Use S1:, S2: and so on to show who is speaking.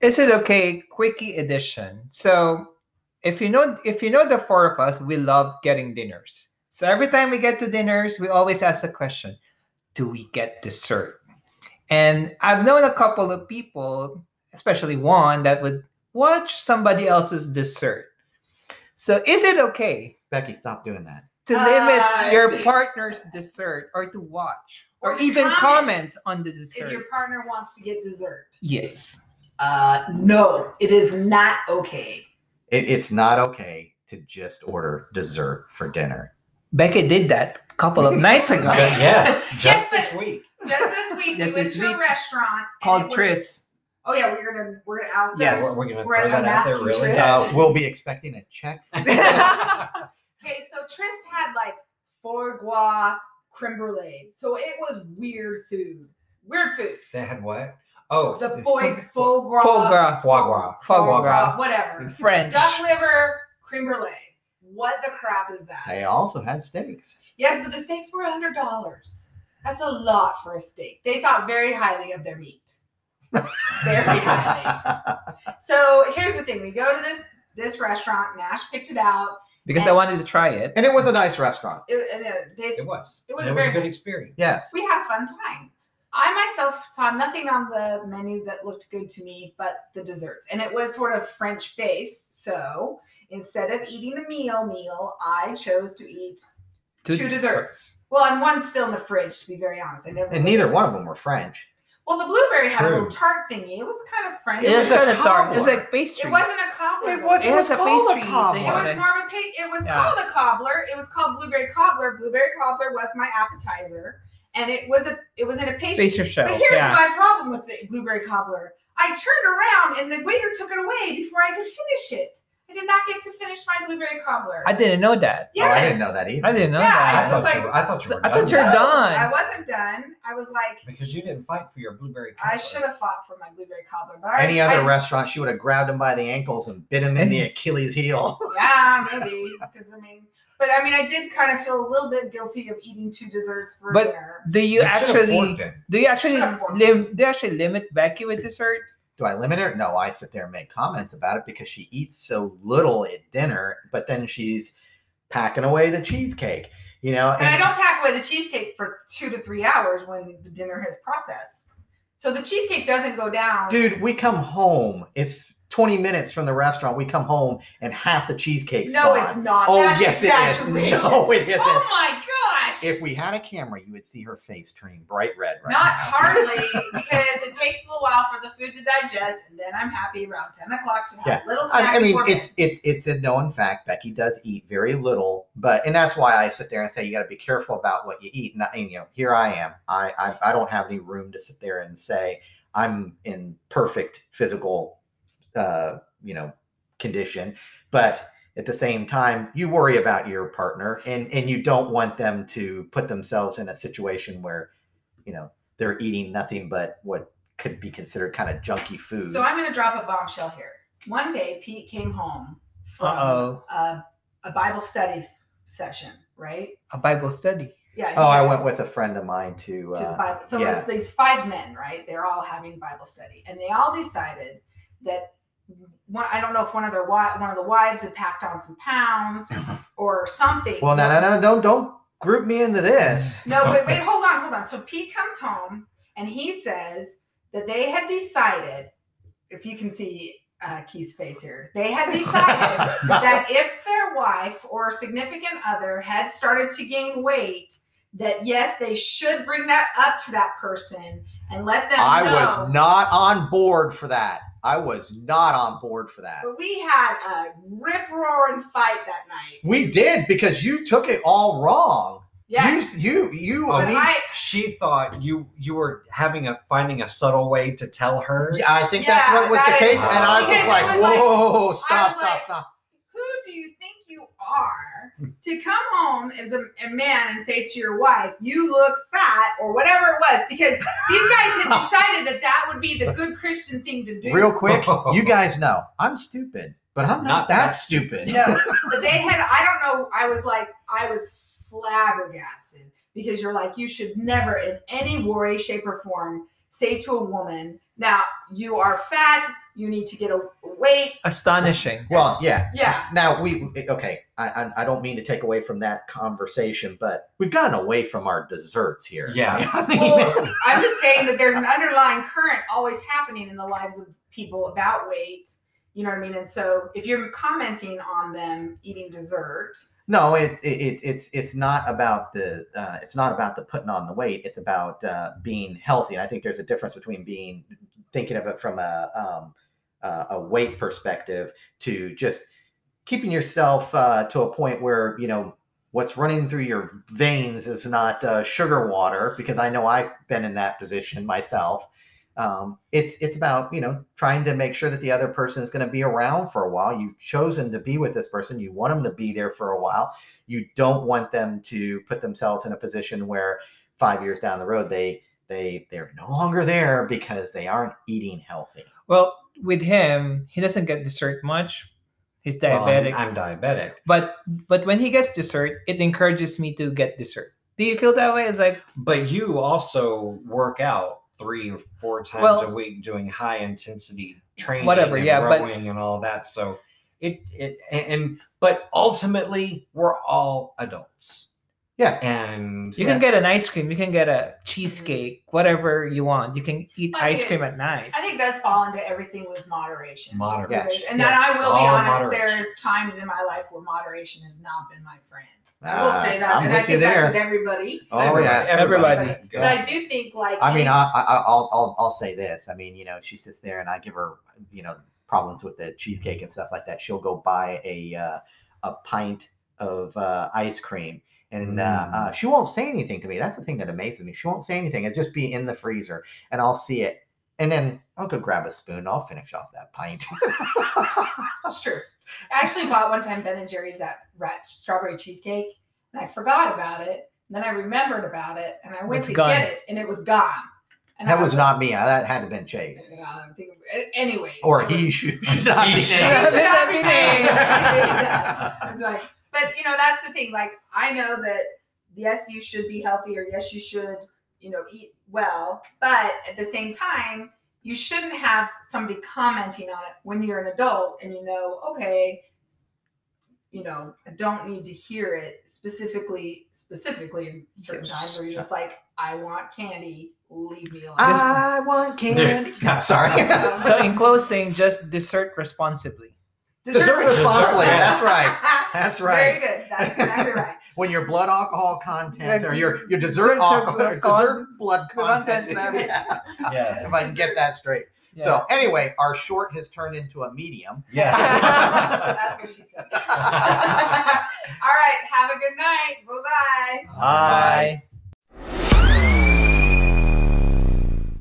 S1: Is it okay? Quickie edition. So if you know if you know the four of us, we love getting dinners. So every time we get to dinners, we always ask the question, do we get dessert? And I've known a couple of people, especially one, that would watch somebody else's dessert. So is it okay
S2: Becky, stop doing that.
S1: to limit
S3: Uh,
S1: your partner's dessert or to watch or,
S3: Or to
S1: even comment
S3: comment
S1: on the
S3: If
S1: dessert?
S3: your partner wants to get dessert,
S1: Yes.
S3: uh, no, it is not okay.
S2: It, it's not okay to just order dessert for dinner.
S1: Becky did that a couple of nights ago.
S4: But Uh, yes, just
S3: Yes, but-
S4: this week.
S3: Just this week,
S1: Yes,
S3: we went
S1: this
S3: to
S1: week.
S3: a restaurant and it
S1: Called
S3: was-
S1: Tris.
S3: Oh yeah, we're gonna we're gonna out
S1: Yes.
S3: this.
S4: We're, we're gonna
S3: We're
S4: throw
S3: gonna
S4: that out there,
S3: mask
S4: really. Oh,
S3: interest.
S2: Uh,
S3: Yes.
S2: we'll be expecting a check. From
S3: Okay, so Tris had like foie gras creme brulee, so it was weird food. Weird food.
S4: they had what? Oh,
S3: The foie faux gras,
S1: Foie gras.
S4: foie gras.
S1: Foie gras.
S3: whatever.
S1: French.
S3: Duck liver creme brulee. What the crap is that?
S2: I also had steaks.
S3: Yes, but the steaks were hundred dollars. That's a lot for a steak. They thought very highly of their meat. very highly. So here's the thing: we go to this this restaurant. Nash picked it out,
S1: Because I wanted to try it.
S2: and it was a nice restaurant.
S3: It- and, uh, they-
S4: It was.
S3: It was
S4: And
S3: a
S4: it was a
S3: very
S4: good
S3: nice-
S4: experience.
S2: Yes.
S3: we had a fun time. I myself saw nothing on the menu that looked good to me, but the desserts, and it was sort of French based. So instead of eating a meal meal, I chose to eat two desserts. Well, and one's still in the fridge, to be very honest. I never.
S2: And neither one of them were French.
S3: Well, the blueberry had a
S4: True.
S3: little tart thingy. It was kind of French.
S1: It
S2: It
S1: was
S2: was
S1: kind
S2: a
S1: of dark. It was
S2: cobbler.
S1: like pastry.
S3: It wasn't a cobbler.
S2: It
S3: though.
S2: was-
S1: It has
S2: was
S1: a
S2: called a
S1: pastry
S2: cobbler. Oh,
S1: thing.
S3: It was
S1: on
S3: more of a pa- it was
S1: Yeah.
S3: called a cobbler. It was called blueberry cobbler. Blueberry cobbler was my appetizer, and it was a it was in a
S1: it.
S3: pastry.
S1: Pastry
S3: but
S1: shell.
S3: here's
S1: Yeah.
S3: my problem with the blueberry cobbler. I turned around and the waiter took it away before I could finish it. I did not get to finish my blueberry cobbler.
S1: I didn't know that.
S2: Oh, I didn't
S3: Yes.
S2: know that either.
S1: I didn't know
S3: Yeah,
S4: I,
S3: I
S1: that.
S3: was
S4: thought
S3: like-
S4: you, I thought you were
S1: I thought
S4: done
S1: you were
S3: No,
S4: with that.
S1: done.
S3: I wasn't done. I was like,
S4: because you didn't fight for your blueberry.
S3: I
S4: cobbler.
S3: should have fought for my blueberry cobbler. But I
S2: Any
S3: already-
S2: other
S3: I,
S2: restaurant, she would have grabbed him by the ankles and bit him in the Achilles heel.
S3: yeah, maybe because I mean, but I mean, I did kind of feel a little bit guilty of eating two desserts for
S1: But
S3: dinner.
S1: Do you
S4: should have
S1: actually
S4: forked it.
S1: do you actually
S3: Should've forked
S1: lim- do you actually limit Becky with dessert?
S2: Do I limit her? No, I sit there and make comments about it because she eats so little at dinner, but then she's packing away the cheesecake, you know.
S3: And I don't pack away the cheesecake for two to three hours when the dinner has processed. So the cheesecake doesn't go down.
S2: dude, we come home. It's 20 minutes from the restaurant. We come home and half the cheesecake's
S3: no,
S2: gone.
S3: it's not.
S2: Oh, yes,
S3: That's
S2: it is.
S3: exaggeration.
S2: No, it isn't.
S3: Oh my gosh.
S2: If we had a camera, you would see her face turning bright red right
S3: Not
S2: now.
S3: hardly, because it takes a little while for the food to digest, and then I'm happy around 10 o'clock to have
S2: Yeah.
S3: a little snack.
S2: I, I mean,
S3: before
S2: it's it's it's a known fact. Becky does eat very little, but and that's why I sit there and say you got to be careful about what you eat. And, I- and, you know, here I am. I, I I don't have any room to sit there and say I'm in perfect physical, uh, you know, condition. But at the same time, you worry about your partner, and and you don't want them to put themselves in a situation where, you know, they're eating nothing but what could be considered kind of junky
S3: midnight.
S2: food.
S3: So I'm going to drop a bombshell here. One day, Pete came home
S1: Uh
S3: from
S1: oh,
S3: a, a Bible studies session, right?
S1: a Bible study.
S3: Yeah.
S2: Oh, I went with a friend of mine to.
S3: to the
S2: Uh,
S3: Bible. So
S2: yeah.
S3: it's these five men, right? They're all having Bible study, and they all decided that one. I don't know if one of their wi- one of the wives had packed on some pounds or something.
S2: well, no, no, no, don't don't group me into this.
S3: No, wait, wait, hold on, hold on. So Pete comes home and he says that they had decided, if you can see uh, Key's face here, they had decided that if their wife or significant other had started to gain weight, that yes, they should bring that up to that person and let them
S2: I
S3: know.
S2: was not on board for that. I was not on board for that.
S3: But we had a rip roaring fight that night.
S2: We did because you took it all wrong.
S3: Yes.
S2: You, you, you.
S4: Oh,
S3: but
S2: I, mean,
S3: I,
S4: She thought you you were having a finding a subtle way to tell her. Um,
S2: Yeah, I think that's
S3: Yeah,
S2: what was
S3: that
S2: the
S3: is-
S2: case, and I was
S3: because
S2: just
S3: it
S2: like,
S3: was like-
S2: whoa, stop,
S3: was
S2: stop,
S3: like-
S2: stop.
S3: who do you think you are to come home as a, a man and say to your wife, you look fat or whatever it was? Because these guys had decided that that would be the good Christian thing to do.
S2: Real quick, you guys know I'm stupid, but I'm not,
S4: Not
S2: that
S4: that-
S2: stupid.
S3: No, but they had, I don't know, I was like, I was flabbergasted because you're like, you should never in any way, shape, or form say to a woman, now you are fat, you need to get a weight.
S1: Astonishing.
S2: Well, yeah.
S3: Yeah.
S2: Now we okay. I, I I don't mean to take away from that conversation, but we've gotten away from our desserts here.
S4: Yeah.
S2: I mean,
S3: Well, I'm just saying that there's an underlying current always happening in the lives of people about weight. You know what I mean? And so if you're commenting on them eating dessert,
S2: no, it's it, it, it's it's not about the uh, it's not about the putting on the weight. It's about uh, being healthy. And I think there's a difference between being thinking of it from a um, uh, a weight perspective to just keeping yourself uh, to a point where you know what's running through your veins is not uh, sugar water because I know I've been in that position myself. Um, it's it's about you know trying to make sure that the other person is going to be around for a while. You've chosen to be with this person. You want them to be there for a while. You don't want them to put themselves in a position where five years down the road they they they're no longer there because they aren't eating healthy.
S1: Well, with him, he doesn't get dessert much. He's
S4: Well, I'm-
S1: diabetic.
S4: I'm diabetic.
S1: but but when he gets dessert, it encourages me to get dessert. Do you feel that way? It's like
S4: But you also work out three or four times
S1: Well-
S4: a week doing high intensity training,
S1: Whatever,
S4: and
S1: yeah, but-
S4: rowing and all that. So it it and, and but ultimately we're all adults.
S2: Yeah.
S4: and
S1: you can get an ice cream, you can get a cheesecake, whatever you want. You can eat
S3: But
S1: ice
S3: it-
S1: cream at night.
S3: I think it does fall into everything with moderation.
S4: moderate.
S2: Yeah.
S3: Moderation. And then
S4: Yes,
S3: I will be
S4: all
S3: honest,
S4: moderation.
S3: there's times in my life where moderation has not been my friend. I
S2: Ah,
S3: will say that.
S2: I'm
S3: and
S2: with
S3: I
S2: you
S3: think
S2: there.
S3: that's with everybody.
S2: Oh yeah.
S1: Everybody.
S3: But I do think like
S2: I mean, I, I, I'll, I'll, I'll say this. I mean, you know, she sits there and I give her, you know, problems with the cheesecake and stuff like that. She'll go buy a, uh, a pint of uh, ice cream and uh,
S4: Mm.
S2: uh, she won't say anything to me. That's the thing that amazes me. She won't say anything. It'll just be in the freezer and I'll see it. And then I'll go grab a spoon. and I'll finish off that pint.
S3: That's true. I actually bought one time Ben and Jerry's that rat strawberry cheesecake, and I forgot about it. And then I remembered about it, and I went
S1: It's
S3: to
S1: gone.
S3: get it, and it was gone. And
S2: that was
S3: like,
S2: not me. I, that had to have been Chase.
S3: "Oh my God, I'm thinking, anyways.
S2: Or he should not
S4: He
S2: be
S4: should
S2: named.
S3: not
S1: be
S3: named. It's like, but you know, that's the thing. Like, I know that yes, you should be healthy, or yes, you should, you know, eat well. But at the same time, you shouldn't have somebody commenting on it when you're an adult and you know, okay, you know, I don't need to hear it specifically, specifically in certain
S1: Yes.
S3: times where you're just like, I want candy, leave me alone.
S2: I want candy. I'm sorry.
S1: so in closing, just dessert responsibly.
S2: Dessert responsibly.
S4: That's
S2: right. That's right.
S3: Very good. That's exactly right.
S2: when your blood alcohol content
S1: Yeah,
S2: or
S1: d-
S2: your your
S1: dessert
S2: dessert alcohol
S1: blood
S2: dessert blood
S1: content
S2: content.
S1: level.
S2: Yeah,
S4: Yes.
S2: if I can get that straight. So anyway, our short has turned into a medium.
S4: Yes.
S3: That's what she said. All right. Have a good night. Bye bye.
S2: Bye.